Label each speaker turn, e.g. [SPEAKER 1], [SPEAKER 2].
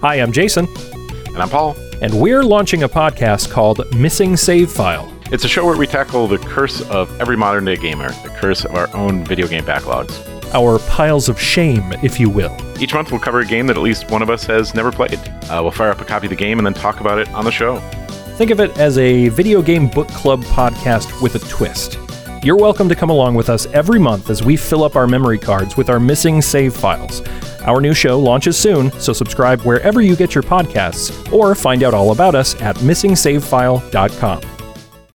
[SPEAKER 1] Hi, I'm Jason,
[SPEAKER 2] And I'm Paul.
[SPEAKER 1] and we're launching a podcast called Missing Save File.
[SPEAKER 2] It's a show where we tackle the curse of every modern day gamer, the curse of our own video game backlogs.
[SPEAKER 1] Our piles of shame, if you will.
[SPEAKER 2] Each month, we'll cover a game that at least one of us has never played. Uh, we'll fire up a copy of the game and then talk about it on the show.
[SPEAKER 1] Think of it as a video game book club podcast with a twist. You're welcome to come along with us every month as we fill up our memory cards with our missing save files. Our new show launches soon, so subscribe wherever you get your podcasts or find out all about us at missingsavefile.com.